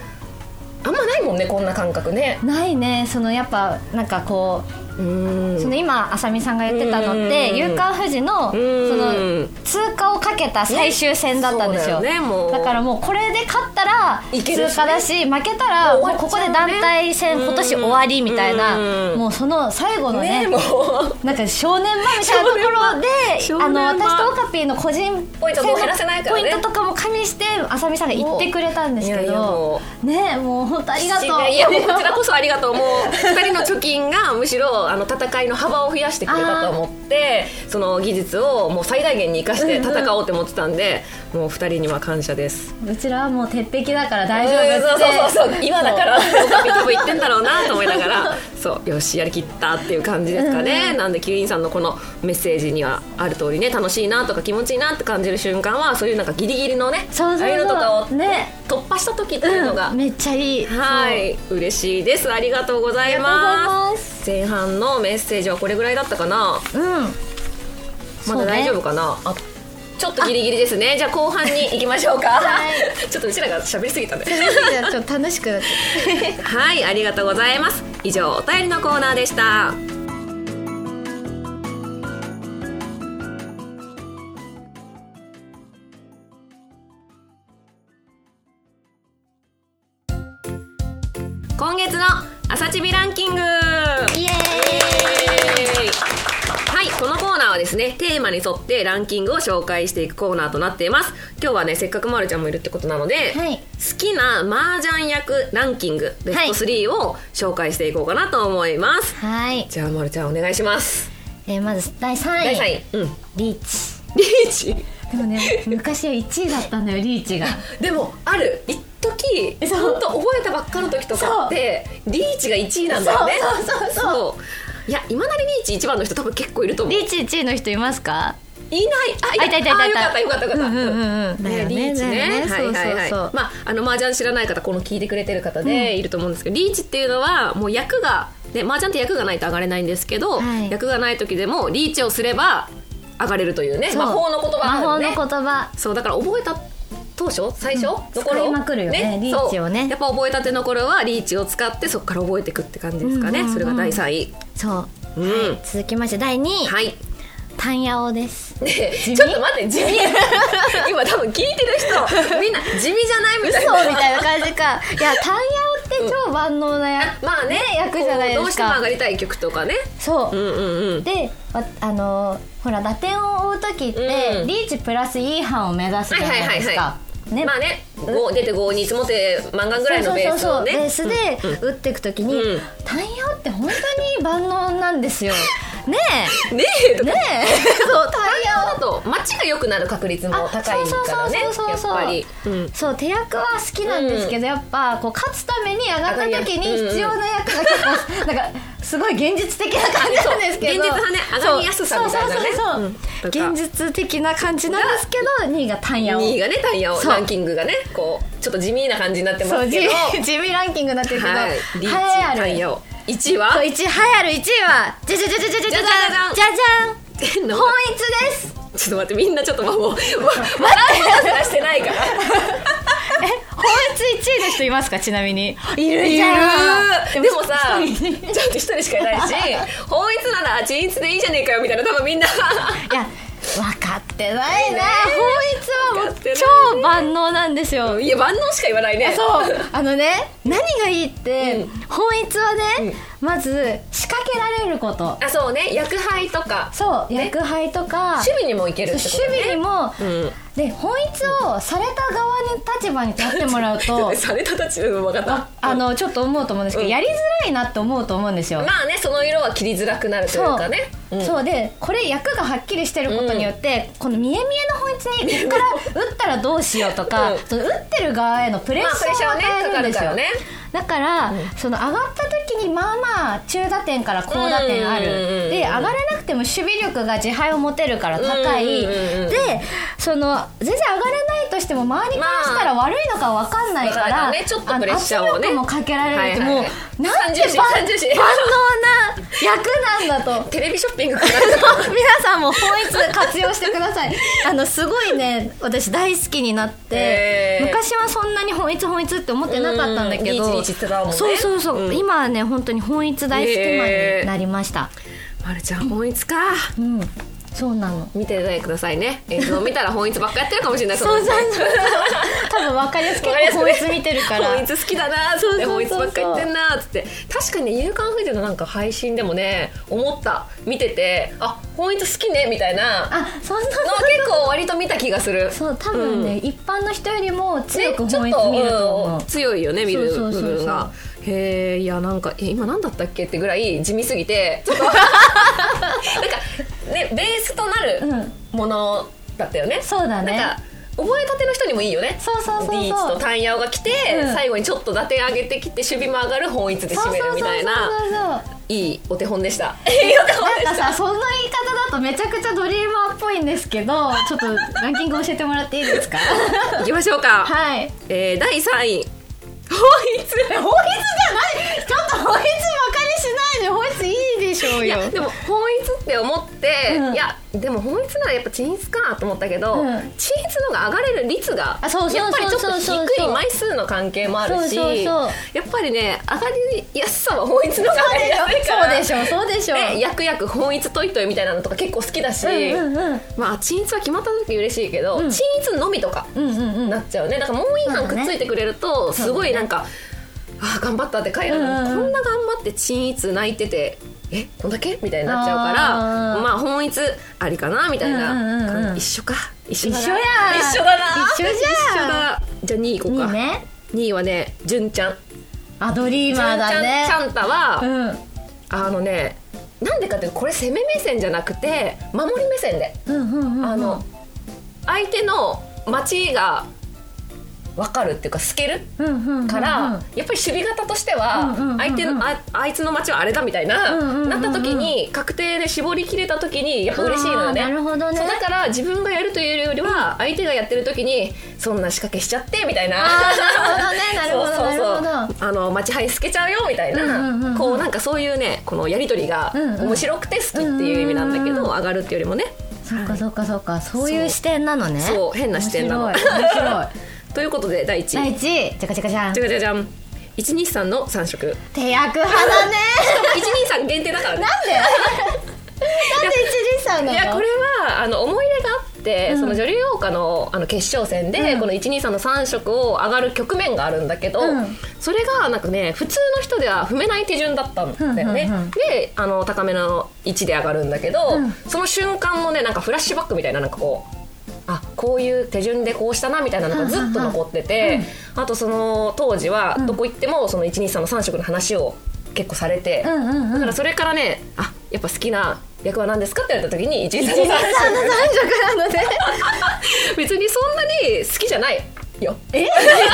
[SPEAKER 1] あんまないもんねこんな感覚ね
[SPEAKER 2] ないねそのやっぱなんかこう
[SPEAKER 1] うーん
[SPEAKER 2] その今あさみさんが言ってたのって
[SPEAKER 1] うん
[SPEAKER 2] 夕刊富士のそ
[SPEAKER 1] ん
[SPEAKER 2] の通過をかけた最終戦だったんですよ
[SPEAKER 1] そうだよねもう
[SPEAKER 2] だからもうこれで勝ったら
[SPEAKER 1] いけるしね
[SPEAKER 2] 通過だし負けたら
[SPEAKER 1] もう
[SPEAKER 2] も
[SPEAKER 1] 終
[SPEAKER 2] う
[SPEAKER 1] わ
[SPEAKER 2] こ
[SPEAKER 1] っちゃ
[SPEAKER 2] こ
[SPEAKER 1] うね
[SPEAKER 2] で団体戦今年終わりみたい
[SPEAKER 1] うん
[SPEAKER 2] なもうその最後の
[SPEAKER 1] ね
[SPEAKER 2] ね
[SPEAKER 1] もう
[SPEAKER 2] なんか少年場みたいなところで
[SPEAKER 1] 少
[SPEAKER 2] あ
[SPEAKER 1] 年場
[SPEAKER 2] の
[SPEAKER 1] 少年場
[SPEAKER 2] 私とオカピーの個人
[SPEAKER 1] ポイント
[SPEAKER 2] 戦
[SPEAKER 1] も
[SPEAKER 2] の
[SPEAKER 1] 減らせないから
[SPEAKER 2] ポ
[SPEAKER 1] ね
[SPEAKER 2] イントとかも加味してあさみさんが言ってくれたんですけ
[SPEAKER 1] いやいやも
[SPEAKER 2] どねもう本当ありがとう
[SPEAKER 1] いやもうこちらこそありがとうもう二人の貯金がむしろあの戦いの幅を増やしてくれたと思ってその技術をもう最大限に生かして戦おうと思ってたんで、もう二人には感謝です
[SPEAKER 2] うちらはもう鉄壁だから大丈夫って
[SPEAKER 1] うんそうそうそう今だからオカピ多分言ってんだろうなと思いながらそうよしやりきったっていう感じですかね、なんでキュインさんのこのメッセージにはある通りね楽しいなとか気持ちいいなって感じる瞬間はそういうなんかギリギリのね
[SPEAKER 2] そうそうそう
[SPEAKER 1] ああいうのとかを
[SPEAKER 2] ね
[SPEAKER 1] 突破した時っていうのが、
[SPEAKER 2] めっちゃいい
[SPEAKER 1] はい嬉しいですありがとうございま
[SPEAKER 2] ありがとうございます
[SPEAKER 1] 前半のメッセージはこれぐらいだったかな
[SPEAKER 2] そううん
[SPEAKER 1] まだ大丈夫かな、あちょっとギリギリですねじゃあ後半に行きましょうか、 ちょっとうちらが喋りすぎたね
[SPEAKER 2] そうねちょっと楽しくなって
[SPEAKER 1] はい、ありがとうございます。以上、お便りのコーナーでした。今月の朝チビランキングですねテーマに沿ってランキングを紹介していくコーナーとなっています今日はねせっかくまるちゃんもいるってことなので、
[SPEAKER 2] はい
[SPEAKER 1] 好きな麻雀役ランキングベス
[SPEAKER 2] はい
[SPEAKER 1] ト3を紹介していこうかなと思います、
[SPEAKER 2] はい、
[SPEAKER 1] じゃあまるちゃんお願いします、
[SPEAKER 2] えー、まず第3位
[SPEAKER 1] 第3位うん
[SPEAKER 2] リーチ
[SPEAKER 1] リーチ
[SPEAKER 2] でもね昔は1位だったんだよリーチが
[SPEAKER 1] でもある一時
[SPEAKER 2] そう
[SPEAKER 1] 本当覚えたばっかの時とかってリーチが1位なんだよね
[SPEAKER 2] そうそうそうそう
[SPEAKER 1] そういや今なりリーチ1番の人多分結構いると思う
[SPEAKER 2] リーチ1位の人いますか
[SPEAKER 1] いないあ
[SPEAKER 2] あいたいたいたいた
[SPEAKER 1] あよかったよかったよかった、
[SPEAKER 2] うんうんうんうんだ
[SPEAKER 1] ね
[SPEAKER 2] よ
[SPEAKER 1] リ
[SPEAKER 2] ね
[SPEAKER 1] ーチね
[SPEAKER 2] だよね
[SPEAKER 1] はいはい
[SPEAKER 2] そうそう
[SPEAKER 1] は
[SPEAKER 2] そう
[SPEAKER 1] いまああの麻雀知らない方この聞いてくれてる方でいると思うんですけど、リーチっていうのはもう役がで麻雀って役がないと上がれないんですけど、
[SPEAKER 2] はい
[SPEAKER 1] 役がない時でもリーチをすれば上がれるというね魔法の言葉なんでね
[SPEAKER 2] 魔法の言葉
[SPEAKER 1] そうだから覚えた当初最初、
[SPEAKER 2] うん
[SPEAKER 1] の頃
[SPEAKER 2] 使いまくるよねリーチをね
[SPEAKER 1] そうやっぱ覚えたての頃はリーチを使ってそこから覚えていくって感じですかね、
[SPEAKER 2] うんうんうん
[SPEAKER 1] それが第3位
[SPEAKER 2] そう
[SPEAKER 1] うん
[SPEAKER 2] 続きまして第2位、
[SPEAKER 1] はい
[SPEAKER 2] タンヤオです
[SPEAKER 1] ね
[SPEAKER 2] 味
[SPEAKER 1] ちょっと待って 地味今多分聞いてる人みんな地味じゃないみたい
[SPEAKER 2] 嘘
[SPEAKER 1] な
[SPEAKER 2] みたいな感じ かいやタンヤオって超万能な役、
[SPEAKER 1] まあね
[SPEAKER 2] 役じゃないですか
[SPEAKER 1] こうどうしても上がりたい曲とかね
[SPEAKER 2] そうう、
[SPEAKER 1] んうんうん
[SPEAKER 2] でわあのーほら打点を追う時って、
[SPEAKER 1] うん
[SPEAKER 2] リーチプラス E 班を目指すじゃないですか、ね
[SPEAKER 1] まあね、五出て5に積もって漫画ぐらいのベースをね
[SPEAKER 2] そうそうそうベースで打っていくときに、
[SPEAKER 1] うん
[SPEAKER 2] タンヤオって本当に万能なんで すよね
[SPEAKER 1] うんねえとか
[SPEAKER 2] え ねえそうタンヤオ
[SPEAKER 1] だと街が良くなる確率も高いからね
[SPEAKER 2] そうそうそうそうそう
[SPEAKER 1] やっぱり、うん
[SPEAKER 2] そう手役は好きなんですけど、やっぱこう勝つために上がった時に
[SPEAKER 1] 上がりやす
[SPEAKER 2] 必要な役が結構、なんかすごい現実的な感じなんですけど
[SPEAKER 1] そう現実派ね上がりやすさみたいなね
[SPEAKER 2] そうそうそう
[SPEAKER 1] うん
[SPEAKER 2] そう、現実的な感じなんですけど2位がタンヤを
[SPEAKER 1] 2位がねタイヤを
[SPEAKER 2] そう
[SPEAKER 1] ランキングがねこうちょっと地味な感じになってま
[SPEAKER 2] そう
[SPEAKER 1] す
[SPEAKER 2] 地
[SPEAKER 1] けど
[SPEAKER 2] 味地味ランキングになってるけど、
[SPEAKER 1] はいリーチ
[SPEAKER 2] 栄えあ
[SPEAKER 1] タ
[SPEAKER 2] る
[SPEAKER 1] イヤを1位は
[SPEAKER 2] そう1位栄えある1位はじゃじゃじゃじゃじゃじゃじゃじゃじゃじゃん
[SPEAKER 1] なんか
[SPEAKER 2] 本一です
[SPEAKER 1] ちょっと待ってみんなちょっとも うわ笑い話すらしてないから
[SPEAKER 2] え本一1位の人いますかちなみにいる
[SPEAKER 1] い
[SPEAKER 2] じ
[SPEAKER 1] る
[SPEAKER 2] ゃん
[SPEAKER 1] でもさ
[SPEAKER 2] 一
[SPEAKER 1] ちょっと一人しかいない し本一なら人一でいいじゃねえかよみたいな多分みんな
[SPEAKER 2] いや分かってないな法律はも
[SPEAKER 1] 分
[SPEAKER 2] う
[SPEAKER 1] かってないね
[SPEAKER 2] 超万能なんですよ、
[SPEAKER 1] いや万能しか言わないね
[SPEAKER 2] そうあのね何がいいって、
[SPEAKER 1] うん
[SPEAKER 2] 本一はね、まず仕掛けられること
[SPEAKER 1] あそうね役配とか
[SPEAKER 2] そう
[SPEAKER 1] ね
[SPEAKER 2] 役配とか
[SPEAKER 1] 趣味にもいけるってこと
[SPEAKER 2] そう
[SPEAKER 1] ね
[SPEAKER 2] 守備にも、
[SPEAKER 1] うん
[SPEAKER 2] で本一をされた側に立場に立ってもら うと
[SPEAKER 1] されたたちうん分かった
[SPEAKER 2] あのちょっと思うと思うんですけど、
[SPEAKER 1] うん
[SPEAKER 2] やりづらいなって思うと思うんですよ、
[SPEAKER 1] まあねその色は切りづらくなるという
[SPEAKER 2] そう
[SPEAKER 1] かねうん
[SPEAKER 2] そうでこれ役がはっきりしてることによって、この見え見えの本質にここから打ったらどうしようとか、
[SPEAKER 1] うん
[SPEAKER 2] その打ってる側へのプレッシャーを
[SPEAKER 1] まあプレッシャーは
[SPEAKER 2] 与
[SPEAKER 1] ね
[SPEAKER 2] えるんですよ,、
[SPEAKER 1] かかるからね
[SPEAKER 2] だから、その上がった時にまあまあ中打点から高打点ある、
[SPEAKER 1] うんうんうんうん
[SPEAKER 2] で上がらなくても守備力が自敗を持てるから高い、
[SPEAKER 1] うんうんうんうん
[SPEAKER 2] でその全然上がれないとしても周りからしたら悪いのか分かんないから,、
[SPEAKER 1] まあだからねちょっとプレッシャーをね
[SPEAKER 2] あの圧力もかけられるって、
[SPEAKER 1] はいはい
[SPEAKER 2] も
[SPEAKER 1] はいう
[SPEAKER 2] なんて
[SPEAKER 1] 三重視
[SPEAKER 2] 万
[SPEAKER 1] 三重視
[SPEAKER 2] 万能な役なんだと
[SPEAKER 1] テレビショッピングかな
[SPEAKER 2] 皆さんも本一活用してくださいあのすごいね私大好きになって、
[SPEAKER 1] へー
[SPEAKER 2] 昔はそんなに本一本一って思ってなかったんだけど、
[SPEAKER 1] うんリーチリーチってたもんね
[SPEAKER 2] そうそうそう、
[SPEAKER 1] うん
[SPEAKER 2] 今はね本当に本一大好きマンになりました、
[SPEAKER 1] まるちゃん本一か
[SPEAKER 2] うんそうなの
[SPEAKER 1] 見てないくださいね映像見たら本一ばっかやってるかもしれない
[SPEAKER 2] そうそうそう
[SPEAKER 1] う
[SPEAKER 2] 多分分かりやすく
[SPEAKER 1] わかりやすい
[SPEAKER 2] 結構本一見てるから
[SPEAKER 1] 本一好きだなーっつ
[SPEAKER 2] そう
[SPEAKER 1] っ
[SPEAKER 2] そう
[SPEAKER 1] て
[SPEAKER 2] そう
[SPEAKER 1] 本一ばっか言ってんなーっつって確かにね「夕刊フジ」のなんか配信でもね思った見ててあ本一好きねみたいなの
[SPEAKER 2] あそんな
[SPEAKER 1] 結構割と見た気がする
[SPEAKER 2] そう多分ね、一般の人よりも強
[SPEAKER 1] ね
[SPEAKER 2] く
[SPEAKER 1] ちょ
[SPEAKER 2] 本
[SPEAKER 1] っ
[SPEAKER 2] 一
[SPEAKER 1] と
[SPEAKER 2] 見ると思う、
[SPEAKER 1] うん強いよね見る
[SPEAKER 2] そう
[SPEAKER 1] 部
[SPEAKER 2] そうそうそう
[SPEAKER 1] 分がへえいやなんかえ今何だったっけってぐらい地味すぎてちょっとなんかねベースとなるものだったよね、
[SPEAKER 2] そうだね
[SPEAKER 1] なんか覚えたての人にもいいよね
[SPEAKER 2] そうそうそうそう
[SPEAKER 1] リーチとタンヤオが来て、
[SPEAKER 2] うん
[SPEAKER 1] 最後にちょっと打点上げてきて守備も上がる本一で
[SPEAKER 2] そ
[SPEAKER 1] 締
[SPEAKER 2] う
[SPEAKER 1] め
[SPEAKER 2] そう
[SPEAKER 1] るみたい
[SPEAKER 2] そう
[SPEAKER 1] な
[SPEAKER 2] そうそう
[SPEAKER 1] いいお手本でした いいお手本で
[SPEAKER 2] なん
[SPEAKER 1] し
[SPEAKER 2] か
[SPEAKER 1] た
[SPEAKER 2] さその言い方だとめちゃくちゃドリーマーっぽいんですけどちょっとランキング教えてもらっていいですか
[SPEAKER 1] いきましょうか、
[SPEAKER 2] はい
[SPEAKER 1] えー第3位本一
[SPEAKER 2] 法律じゃないちょっと法律バカにしないで法律いいでしょう
[SPEAKER 1] い
[SPEAKER 2] よ
[SPEAKER 1] やでも本一って思って、
[SPEAKER 2] うん
[SPEAKER 1] いやでも本一ならやっぱチンスかなと思ったけど、
[SPEAKER 2] うん
[SPEAKER 1] チンスの方が上がれる率が
[SPEAKER 2] あそうそうそう
[SPEAKER 1] やっぱりちょっ
[SPEAKER 2] そうそ
[SPEAKER 1] と
[SPEAKER 2] う
[SPEAKER 1] 低
[SPEAKER 2] そ
[SPEAKER 1] いう枚数の関係もあるし
[SPEAKER 2] そうそうそう
[SPEAKER 1] やっぱりね上がりやすさは本一の方が上がりやすいか
[SPEAKER 2] そう
[SPEAKER 1] ら
[SPEAKER 2] でしょそうでしょ
[SPEAKER 1] ねやくやく本一といといみたいなのとか結構好きだし、
[SPEAKER 2] うんうんうん
[SPEAKER 1] まあチンスは決まった時嬉しいけど、
[SPEAKER 2] ん
[SPEAKER 1] チンスのみとか
[SPEAKER 2] うんうんうん
[SPEAKER 1] なっちゃうねだからもう一
[SPEAKER 2] そ
[SPEAKER 1] 班
[SPEAKER 2] う
[SPEAKER 1] く
[SPEAKER 2] だ
[SPEAKER 1] っ
[SPEAKER 2] ね
[SPEAKER 1] ついてくれるとすごいなんか、ああ頑張ったって帰るのに、
[SPEAKER 2] うんうんうん
[SPEAKER 1] こんな頑張ってチンイツ泣いててえこんだけみたいになっちゃうから
[SPEAKER 2] あー
[SPEAKER 1] まあ本一ありかなみたいな、
[SPEAKER 2] うんうんうんうん
[SPEAKER 1] 一緒か一
[SPEAKER 2] 一
[SPEAKER 1] 緒だな
[SPEAKER 2] 緒や
[SPEAKER 1] 一緒だな
[SPEAKER 2] 一緒じゃん
[SPEAKER 1] 一緒だじゃあ2位いこう
[SPEAKER 2] い
[SPEAKER 1] か
[SPEAKER 2] いね
[SPEAKER 1] 2位はね純ちゃん
[SPEAKER 2] あドリーマーだね
[SPEAKER 1] ちゃんちゃんたは、
[SPEAKER 2] うん
[SPEAKER 1] あのねなんでかっていうとこれ攻め目線じゃなくて守り目線で、
[SPEAKER 2] うんうんうん
[SPEAKER 1] あの相手の待ちが分かるっていうか透ける
[SPEAKER 2] うんうんうんうん
[SPEAKER 1] から、やっぱり守備型としては、
[SPEAKER 2] うんうんうんうん
[SPEAKER 1] 相手のああいつの待ちはあれだみたいな、
[SPEAKER 2] うんうんうんうん
[SPEAKER 1] なった時に確定で絞り切れた時にやっぱ嬉しいのよね
[SPEAKER 2] あーなるほどね
[SPEAKER 1] そうだから自分がやるというよりは相手がやってる時にそんな仕掛けしちゃってみたいな
[SPEAKER 2] あーなるほどね なるほどなるほど
[SPEAKER 1] あの待ち灰透けちゃうよみたいな、
[SPEAKER 2] うんうんうんうん
[SPEAKER 1] こうなんかそういうねこのやり取りが
[SPEAKER 2] うんうん
[SPEAKER 1] 面白くて好きっていう意味なんだけど、
[SPEAKER 2] うんうんうん
[SPEAKER 1] 上がるっていうよりもね
[SPEAKER 2] そっかそっかそっかそういう視点なのね
[SPEAKER 1] そう変な視点なの
[SPEAKER 2] 面白い面白い
[SPEAKER 1] ということで第1
[SPEAKER 2] 第
[SPEAKER 1] 位
[SPEAKER 2] 一位じゃかじゃかじゃん
[SPEAKER 1] じゃじゃじゃん123の3色
[SPEAKER 2] 手役派だね
[SPEAKER 1] 123限定だからね
[SPEAKER 2] なんで なんで一人さんなの
[SPEAKER 1] いやこれはあの思い入れがあって、その女流桜花のあの決勝戦で、この123の3色を上がる局面があるんだけど、
[SPEAKER 2] うん
[SPEAKER 1] それがなんかね普通の人では踏めない手順だったんだよね、
[SPEAKER 2] うんうんうん
[SPEAKER 1] であの高めの位置で上がるんだけど、
[SPEAKER 2] うん
[SPEAKER 1] その瞬間もねなんかフラッシュバックみたいななんかこう。あこういう手順でこうしたなみたいなのがずっと残ってて、あとその当時はどこ行ってもその123の3色の話を結構されて、
[SPEAKER 2] うんうんうん
[SPEAKER 1] だからそれからねあやっぱ好きな役は何ですかって言われた時に一日
[SPEAKER 2] 一人さんの男色なので
[SPEAKER 1] 別にそんなに好きじゃないよえ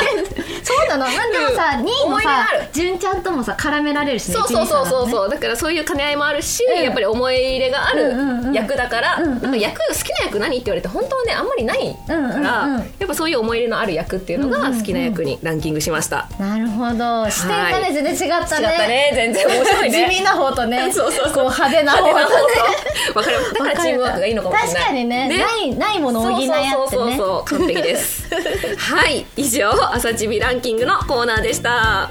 [SPEAKER 2] そうなのなんでもさ
[SPEAKER 1] うん
[SPEAKER 2] 2位も
[SPEAKER 1] 思い出が
[SPEAKER 2] さ
[SPEAKER 1] ある
[SPEAKER 2] 純ちゃんともさ絡められるしね
[SPEAKER 1] そうそうそうそう
[SPEAKER 2] う
[SPEAKER 1] そうだからそういう兼ね合いもあるし、
[SPEAKER 2] ん
[SPEAKER 1] やっぱり思い入れがあ
[SPEAKER 2] うんうんうん
[SPEAKER 1] る役だから、
[SPEAKER 2] うんうん
[SPEAKER 1] なんか役好きな役何って言われて本当はねあんまりないから、
[SPEAKER 2] うんうんうん
[SPEAKER 1] やっぱそういう思い入れのある役っていうのが好きな役にランキングしました、
[SPEAKER 2] なるほど視点が
[SPEAKER 1] は
[SPEAKER 2] ね
[SPEAKER 1] い
[SPEAKER 2] 全然違った
[SPEAKER 1] 違った
[SPEAKER 2] ね
[SPEAKER 1] ね全然面白いね
[SPEAKER 2] 地味な方と ね
[SPEAKER 1] そうそうそう
[SPEAKER 2] こう派手な方と ね
[SPEAKER 1] 分かるだからチームワークがいいのかもしれない
[SPEAKER 2] 確かにねないないものを補い合って
[SPEAKER 1] そうそうそう
[SPEAKER 2] ね
[SPEAKER 1] そう完璧です はい以上「朝チビランキング」のコーナーでした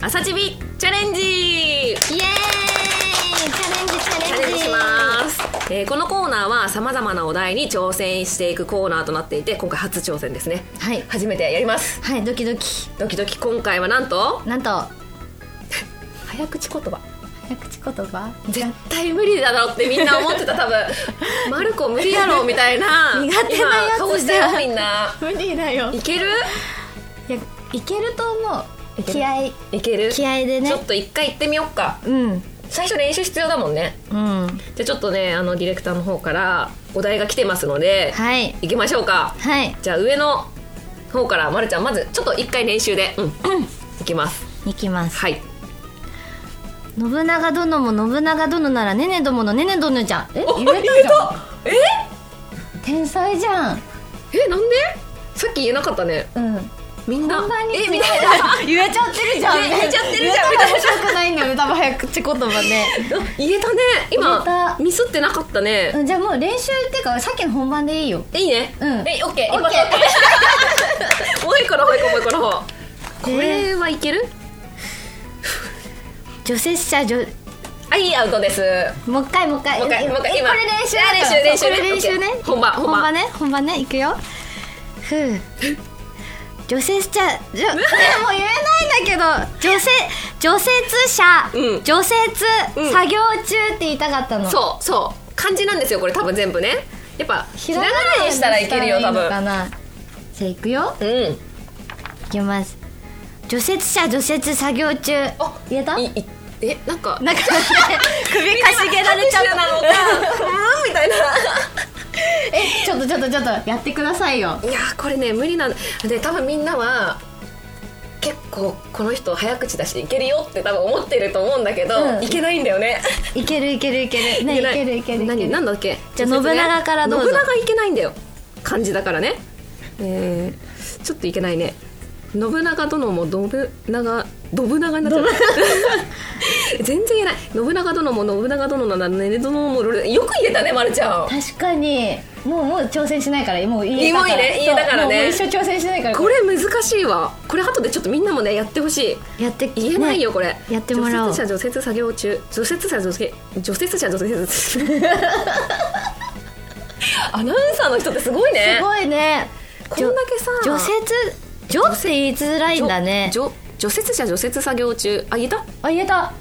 [SPEAKER 1] 朝チビチャレンジ
[SPEAKER 2] イエーイチ
[SPEAKER 1] チ
[SPEAKER 2] ャ
[SPEAKER 1] ャ
[SPEAKER 2] レ
[SPEAKER 1] レ
[SPEAKER 2] ン
[SPEAKER 1] ン
[SPEAKER 2] ジ
[SPEAKER 1] ジ
[SPEAKER 2] チャレンジ
[SPEAKER 1] します、えーこのコーナーはさまざまなお題に挑戦していくコーナーとなっていて今回初挑戦ですね
[SPEAKER 2] はい
[SPEAKER 1] 初めてやります
[SPEAKER 2] はいドキドキ
[SPEAKER 1] ドキドキ今回はなんと
[SPEAKER 2] なんと
[SPEAKER 1] 早口言葉
[SPEAKER 2] 早口言葉
[SPEAKER 1] 絶対無理だろうってみんな思ってた 多分マルコ無理やろうみたいな
[SPEAKER 2] 苦手なや
[SPEAKER 1] 今
[SPEAKER 2] つ
[SPEAKER 1] 顔して
[SPEAKER 2] じゃ
[SPEAKER 1] よ
[SPEAKER 2] ん
[SPEAKER 1] みんな
[SPEAKER 2] 無理だよ
[SPEAKER 1] いける
[SPEAKER 2] いやいけると思う
[SPEAKER 1] いける
[SPEAKER 2] 気合
[SPEAKER 1] いける
[SPEAKER 2] 気合でね
[SPEAKER 1] ちょっと一回行ってみよっか
[SPEAKER 2] うん
[SPEAKER 1] 最初練習必要だもんね
[SPEAKER 2] うん
[SPEAKER 1] じゃあちょっとねあのディレクターの方からお題が来てますので、
[SPEAKER 2] はい
[SPEAKER 1] 行きましょうか
[SPEAKER 2] はい
[SPEAKER 1] じゃあ上の方からまるちゃんまずちょっと一回練習でうん、行きます
[SPEAKER 2] いきます
[SPEAKER 1] はい
[SPEAKER 2] 信長殿も信長殿ならねねどものねねどぬじゃんえ言えたじゃん
[SPEAKER 1] え
[SPEAKER 2] 天才じゃん
[SPEAKER 1] えなんでさっき言えなかったね
[SPEAKER 2] うん
[SPEAKER 1] みんな
[SPEAKER 2] 本番に
[SPEAKER 1] えみたいな
[SPEAKER 2] 言えちゃってるじゃん
[SPEAKER 1] ね言えちゃってるじゃん
[SPEAKER 2] 言えたら面白くないんだよ歌も早口言葉ね
[SPEAKER 1] 言えたね
[SPEAKER 2] 言えた
[SPEAKER 1] 今ミスってなかったね、
[SPEAKER 2] うんじゃあもう練習っていうかさっきの本番でいいよ
[SPEAKER 1] いいね
[SPEAKER 2] うん
[SPEAKER 1] えオッケー
[SPEAKER 2] オッケ
[SPEAKER 1] ーもう一個の方もう一個の方これはいける
[SPEAKER 2] 除雪車除
[SPEAKER 1] あいいアウトです
[SPEAKER 2] もう一回もう一回
[SPEAKER 1] もう一回
[SPEAKER 2] え
[SPEAKER 1] もう一回
[SPEAKER 2] え
[SPEAKER 1] 今
[SPEAKER 2] これ練習
[SPEAKER 1] あ練習練習
[SPEAKER 2] そうこれ練習ね
[SPEAKER 1] オッケー本番本番
[SPEAKER 2] 本番ね本番ねいくよふう除雪車 じょもう言えないんだけど除雪除雪車、
[SPEAKER 1] うん
[SPEAKER 2] 除雪、
[SPEAKER 1] うん
[SPEAKER 2] 作業中って言いたかったの
[SPEAKER 1] そうそう漢字なんですよこれ多分全部ねやっぱひらがなにしたらいけるよ多
[SPEAKER 2] ひら
[SPEAKER 1] 分
[SPEAKER 2] がなにしたらいいのかなじゃあいくよ
[SPEAKER 1] うん
[SPEAKER 2] いきます除雪車除雪作業中
[SPEAKER 1] あ
[SPEAKER 2] 言えた
[SPEAKER 1] いいえなんか
[SPEAKER 2] なんか首かしげられちゃっ
[SPEAKER 1] 拍
[SPEAKER 2] た
[SPEAKER 1] 手なのかうんみたいな
[SPEAKER 2] えちょっとちょっとちょっとやってくださいよ
[SPEAKER 1] いやーこれね無理なんで多分みんなは結構この人早口だしいけるよって多分思ってると思うんだけど、
[SPEAKER 2] うん
[SPEAKER 1] いけないんだよね
[SPEAKER 2] いけるいけるいけるねい
[SPEAKER 1] な
[SPEAKER 2] けるいけるいけ
[SPEAKER 1] 何
[SPEAKER 2] る
[SPEAKER 1] なんだっけ
[SPEAKER 2] じゃあ信長からどうぞ
[SPEAKER 1] 信長いけないんだよ漢字だからねえー、ちょっといけないね信長殿も信長信長になっちゃう 全然言えない信長殿も信長殿ならね殿もろれよく言えたねまるちゃん
[SPEAKER 2] 確かにもうもう挑戦しないからもう言えたから
[SPEAKER 1] もう言え言えたからね
[SPEAKER 2] そうもう一生挑戦しないから
[SPEAKER 1] これ難しいわこれ後でちょっとみんなもねやってほしい
[SPEAKER 2] やって
[SPEAKER 1] 言えないよこれ、
[SPEAKER 2] やってもらお
[SPEAKER 1] 除
[SPEAKER 2] う
[SPEAKER 1] 雪車除雪作業 中除雪車除雪除雪車除雪アナウンサーの人ってすごいね
[SPEAKER 2] すごいね
[SPEAKER 1] こんだけさ
[SPEAKER 2] 除除雪除って言いづらいんだね
[SPEAKER 1] 除除雪車除雪作業中あ言えた
[SPEAKER 2] あ言えた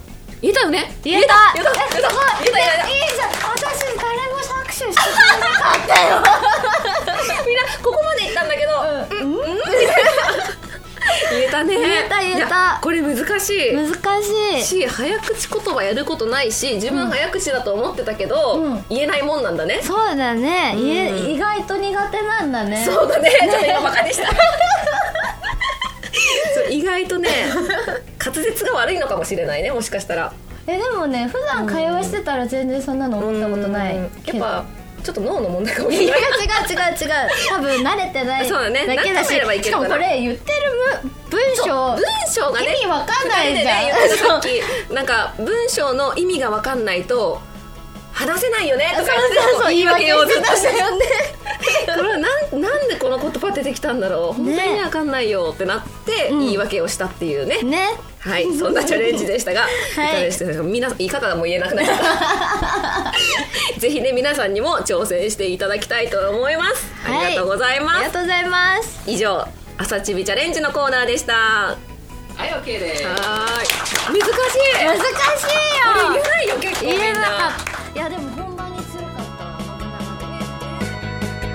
[SPEAKER 1] 言えたよね
[SPEAKER 2] 言えた
[SPEAKER 1] 言えた言えた言えた言えた
[SPEAKER 2] いいじゃん私誰も拍手してくれなかったよ
[SPEAKER 1] みんなここまで行ったんだけど、うん、うん、 みたいな言えたね。
[SPEAKER 2] 言えた言えた
[SPEAKER 1] いやこれ難 しい。
[SPEAKER 2] 難しい
[SPEAKER 1] し早口言葉やることないし自分早口だと思ってたけど、
[SPEAKER 2] うん
[SPEAKER 1] 言えないもんなんだね、
[SPEAKER 2] そうだね、いえ意外と苦手なんだね
[SPEAKER 1] そうだねちょっと今バカで したそう意外とね滑舌が悪いのかもしれないねもしかしたら
[SPEAKER 2] えでもね普段会話してたら全然そんなの思ったことない
[SPEAKER 1] うんやっ
[SPEAKER 2] けど
[SPEAKER 1] ぱちょっと脳の問題かもし
[SPEAKER 2] い
[SPEAKER 1] れ
[SPEAKER 2] や
[SPEAKER 1] ない
[SPEAKER 2] 違う違う違う多分慣れてない
[SPEAKER 1] そうだね
[SPEAKER 2] けだし
[SPEAKER 1] 慣れてればいけ
[SPEAKER 2] し
[SPEAKER 1] る
[SPEAKER 2] か
[SPEAKER 1] か
[SPEAKER 2] も
[SPEAKER 1] ら
[SPEAKER 2] これ言ってるむ文章
[SPEAKER 1] 文章がね
[SPEAKER 2] 意味わかんない
[SPEAKER 1] 二人
[SPEAKER 2] じゃん
[SPEAKER 1] でね言ってたさっきなんか文章の意味がわかんないと話せないよねとか言って
[SPEAKER 2] そうそうそう
[SPEAKER 1] 言い訳をずっとして
[SPEAKER 2] 言い
[SPEAKER 1] たよねこれはなんなんでこの言葉出てきたんだろう本当に
[SPEAKER 2] ね
[SPEAKER 1] わかんないよってなって
[SPEAKER 2] ん
[SPEAKER 1] 言い訳をしたっていうね、
[SPEAKER 2] ね
[SPEAKER 1] はいそんなチャレンジでした が、い、
[SPEAKER 2] い
[SPEAKER 1] かがでしたでしょうか皆さん言い方がもう言えなくなりました ぜひね皆さんにも挑戦していただきたいと思います、
[SPEAKER 2] はい
[SPEAKER 1] ありがとうござい
[SPEAKER 2] あ
[SPEAKER 1] ま
[SPEAKER 2] りが
[SPEAKER 1] す
[SPEAKER 2] とうございます
[SPEAKER 1] 以上朝チビチャレンジのコーナーでした
[SPEAKER 3] はい OK です
[SPEAKER 1] はーい難しい
[SPEAKER 2] 難し
[SPEAKER 1] これ
[SPEAKER 2] いよ
[SPEAKER 1] 言えないよ結構みん
[SPEAKER 2] 言
[SPEAKER 1] な
[SPEAKER 2] えなかったいやでも本番にするかったら負けなかったね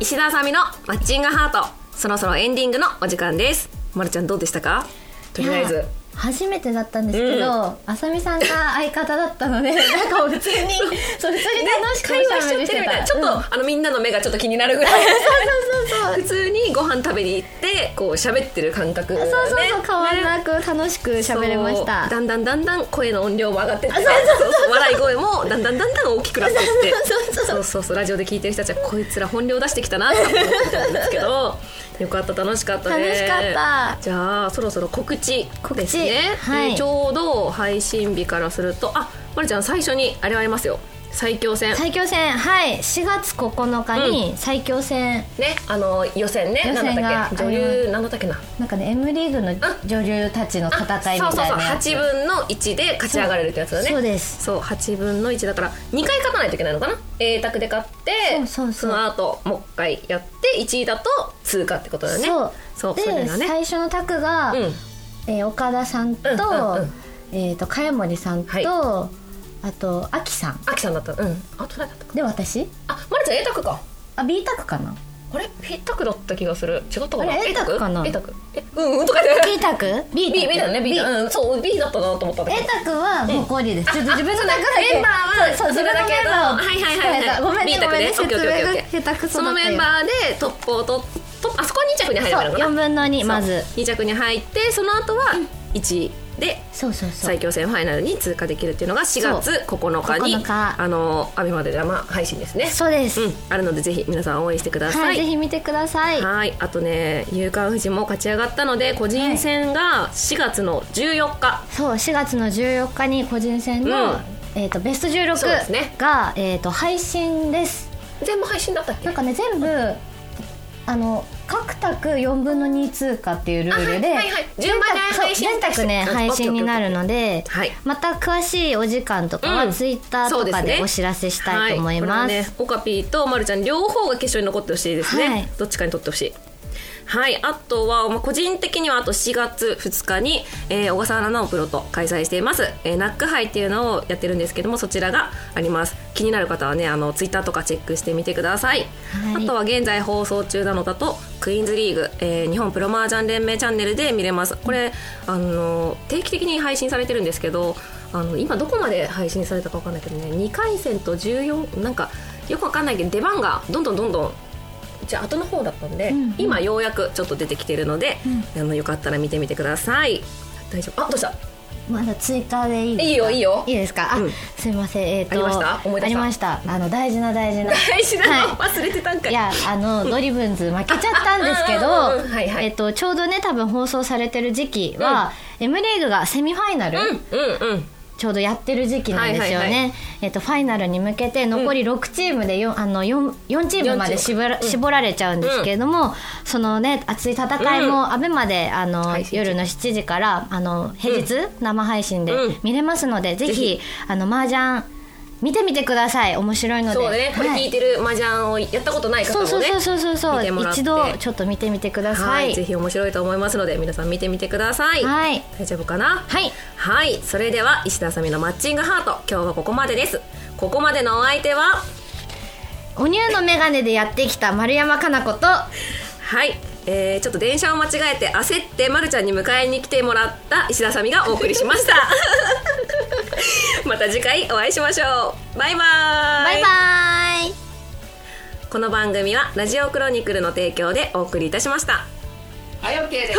[SPEAKER 1] 石田あさみのマッチングハートそろそろエンディングのお時間ですまるちゃんどうでしたかとりあえ
[SPEAKER 2] いや
[SPEAKER 1] ず
[SPEAKER 2] 初めてだったんですけど、あさみさんが相方だった のでなんかもう普通にそう普通に楽しくお
[SPEAKER 1] 会話し
[SPEAKER 2] しゃ
[SPEAKER 1] ちゃ
[SPEAKER 2] べり
[SPEAKER 1] っ
[SPEAKER 2] してて
[SPEAKER 1] るみたい
[SPEAKER 2] た
[SPEAKER 1] なちょっと、
[SPEAKER 2] うん
[SPEAKER 1] あのみんなの目がちょっと気になるぐらい
[SPEAKER 2] そうそうそう
[SPEAKER 1] 普通にご飯食べに行ってこう喋ってる感覚がね
[SPEAKER 2] そうそうそう変わらなく楽しく喋れました、
[SPEAKER 1] そうだんだんだんだん声の音量も上がってってそう笑い声もだんだんだんだん大きくなってって
[SPEAKER 2] そうそうそう
[SPEAKER 1] そうそうそうラジオで聞いてる人たちはこいつら本領出してきたなって思ってたんですけ どよかった楽しかったね
[SPEAKER 2] 楽しかった
[SPEAKER 1] じゃあそろそろ告知ですね
[SPEAKER 2] 告知はい
[SPEAKER 1] えーちょうど配信日からするとあまるちゃん最初にあれありますよ最強戦
[SPEAKER 2] 最強戦はい4月9日に最強戦、
[SPEAKER 1] ねあの予選ね
[SPEAKER 2] 予選が
[SPEAKER 1] なんだっけ女優なんだったっけな
[SPEAKER 2] なんかね M リーグの女優たちの戦
[SPEAKER 1] あ
[SPEAKER 2] いみたい
[SPEAKER 1] そうそうそう
[SPEAKER 2] なやつ
[SPEAKER 1] 8分の1で勝ち上がれるってやつだね
[SPEAKER 2] そうです
[SPEAKER 1] そう8分の1だから2回勝たないといけないのかな A 択で勝って
[SPEAKER 2] そうそうそう
[SPEAKER 1] の後もう一回やって1位だと通過ってことだよね
[SPEAKER 2] そう
[SPEAKER 1] そう
[SPEAKER 2] で
[SPEAKER 1] それがね
[SPEAKER 2] 最初のタクが、
[SPEAKER 1] うん
[SPEAKER 2] えー岡田さんと,、
[SPEAKER 1] うんうんうん
[SPEAKER 2] えー、と茅森さんと、
[SPEAKER 1] はい
[SPEAKER 2] あとアキさん
[SPEAKER 1] あきさんだったうんあと誰だったか
[SPEAKER 2] で私
[SPEAKER 1] あまるちゃん A 択か
[SPEAKER 2] あ B タクか な
[SPEAKER 1] あれ B 択だった気がする違ったかな
[SPEAKER 2] あれ A 択かな
[SPEAKER 1] A 択えうんうんとか言って
[SPEAKER 2] B タク B
[SPEAKER 1] B, B だよね B, だ
[SPEAKER 2] A
[SPEAKER 1] うんそう B だったなと思ったんだけど
[SPEAKER 2] タクは誇りです、ちょっと自分の
[SPEAKER 1] あ
[SPEAKER 2] タクだけ
[SPEAKER 1] メンバーは
[SPEAKER 2] そうそう
[SPEAKER 1] それだけ
[SPEAKER 2] 自分のメ
[SPEAKER 1] の
[SPEAKER 2] ンバーを
[SPEAKER 1] はいはいはいはい
[SPEAKER 2] ごめんね
[SPEAKER 1] B だ
[SPEAKER 2] ごめん
[SPEAKER 1] けね
[SPEAKER 2] ね説
[SPEAKER 1] オッケーオッケーオッケー
[SPEAKER 2] 明が下手くそ
[SPEAKER 1] そ
[SPEAKER 2] だ
[SPEAKER 1] の
[SPEAKER 2] ったよ
[SPEAKER 1] メンバーでトップをとトップあそこは2着に入るから
[SPEAKER 2] そう4分の2まず
[SPEAKER 1] 2着に入ってその後は1位で
[SPEAKER 2] そうそうそう
[SPEAKER 1] 最強戦ファイナルに通過できるっていうのが4
[SPEAKER 2] そ
[SPEAKER 1] 月
[SPEAKER 2] う
[SPEAKER 1] 9日に
[SPEAKER 2] 9日
[SPEAKER 1] あのアベマで生配信ですね
[SPEAKER 2] そうです、
[SPEAKER 1] うんあるのでぜひ皆さん応援してくださ
[SPEAKER 2] はい、
[SPEAKER 1] い
[SPEAKER 2] ぜひ見てください。
[SPEAKER 1] はい、あとね、有観富士も勝ち上がったので、個人戦が4月の14日。
[SPEAKER 2] そう、4月の14日に個人戦の、
[SPEAKER 1] うん
[SPEAKER 2] えっ、とベスト
[SPEAKER 1] そうですね
[SPEAKER 2] 16が、えっ、と配信です。
[SPEAKER 1] 全部配信だったっけ
[SPEAKER 2] なんかね全部あの各卓4分の2通過っていうルール
[SPEAKER 1] あ
[SPEAKER 2] で、
[SPEAKER 1] はいはいはい順番で配信
[SPEAKER 2] 全卓ね
[SPEAKER 1] うん
[SPEAKER 2] 配信になるので、
[SPEAKER 1] はい
[SPEAKER 2] また詳しいお時間とか
[SPEAKER 1] うん
[SPEAKER 2] はツイッター
[SPEAKER 1] そう
[SPEAKER 2] と
[SPEAKER 1] です
[SPEAKER 2] か
[SPEAKER 1] ね
[SPEAKER 2] でお知らせしたいと思いま
[SPEAKER 1] はいこ
[SPEAKER 2] す。
[SPEAKER 1] れはね、オカピーとまるちゃん両方が決勝に残ってほしいですね、
[SPEAKER 2] はい
[SPEAKER 1] どっちかに取ってほしいはいあとは、まあ、個人的にはあと4月2日に、えー小笠原奈緒プロと開催しています、えーナック杯っていうのをやってるんですけどもそちらがあります気になる方はねあのツイッターとかチェックしてみてください、
[SPEAKER 2] はい
[SPEAKER 1] あとは現在放送中なのだとクイーンズリーグ、えー日本プロマージャン連盟チャンネルで見れますこれあの定期的に配信されてるんですけどあの今どこまで配信されたかわかんないけどね2回戦と14なんかよくわかんないけど出番がどんどんどんどんじゃあ後の方だったんで、
[SPEAKER 2] んうん
[SPEAKER 1] 今ようやくちょっと出てきてるので、あのよかったら見てみてください大丈夫あどうした
[SPEAKER 2] まだ追加でいいです
[SPEAKER 1] い
[SPEAKER 2] か
[SPEAKER 1] いよいいよ
[SPEAKER 2] いいですかあ、
[SPEAKER 1] うん
[SPEAKER 2] すいませんえっ、と
[SPEAKER 1] ありました思い出した
[SPEAKER 2] ありましたあの大事な大事な
[SPEAKER 1] 大事なの、
[SPEAKER 2] は
[SPEAKER 1] 忘れてたんか
[SPEAKER 2] い
[SPEAKER 1] い
[SPEAKER 2] いやあのドリブンズ負けちゃったんですけど
[SPEAKER 1] うんうんうんうんはいはい
[SPEAKER 2] えっとちょうどね多分放送されてる時期は、M リーグがセミファイナル
[SPEAKER 1] うんうんうん
[SPEAKER 2] ちょうどやってる時期なんですよね、
[SPEAKER 1] はいはいは
[SPEAKER 2] えっと、ファイナルに向けて残り6チームで 4,、あの 4, 4チームまで絞ら,、絞られちゃうんですけれども、そのね熱い戦いもアベマであの、
[SPEAKER 1] 配信中
[SPEAKER 2] 夜の7時からあの平日、生配信で
[SPEAKER 1] うん
[SPEAKER 2] 見れますので、ぜ
[SPEAKER 1] ぜひ
[SPEAKER 2] ひあの麻雀見てみてください面白いので
[SPEAKER 1] そうねこれ
[SPEAKER 2] はい
[SPEAKER 1] 聞いてる麻雀をやったことない方も
[SPEAKER 2] そ
[SPEAKER 1] ね
[SPEAKER 2] うそうそうそうそう
[SPEAKER 1] 見てもらって
[SPEAKER 2] 一度ちょっと見てみてくださ
[SPEAKER 1] はい
[SPEAKER 2] い
[SPEAKER 1] ぜひ面白いと思いますので皆さん見てみてください
[SPEAKER 2] はい
[SPEAKER 1] 大丈夫かな
[SPEAKER 2] はい
[SPEAKER 1] はいそれでは石田あさみのマッチングハート今日はここまでですここまでのお相手は
[SPEAKER 2] お乳の眼鏡でやってきた丸山加奈子と
[SPEAKER 1] はい、えー、ちょっと電車を間違えて焦ってまるちゃんに迎えに来てもらった石田あさみがお送りしま したまた次回お会いしましょうバイバ
[SPEAKER 2] バイバイ
[SPEAKER 1] この番組はラジオクロニクルの提供でお送りいたしました
[SPEAKER 3] はい、OK です。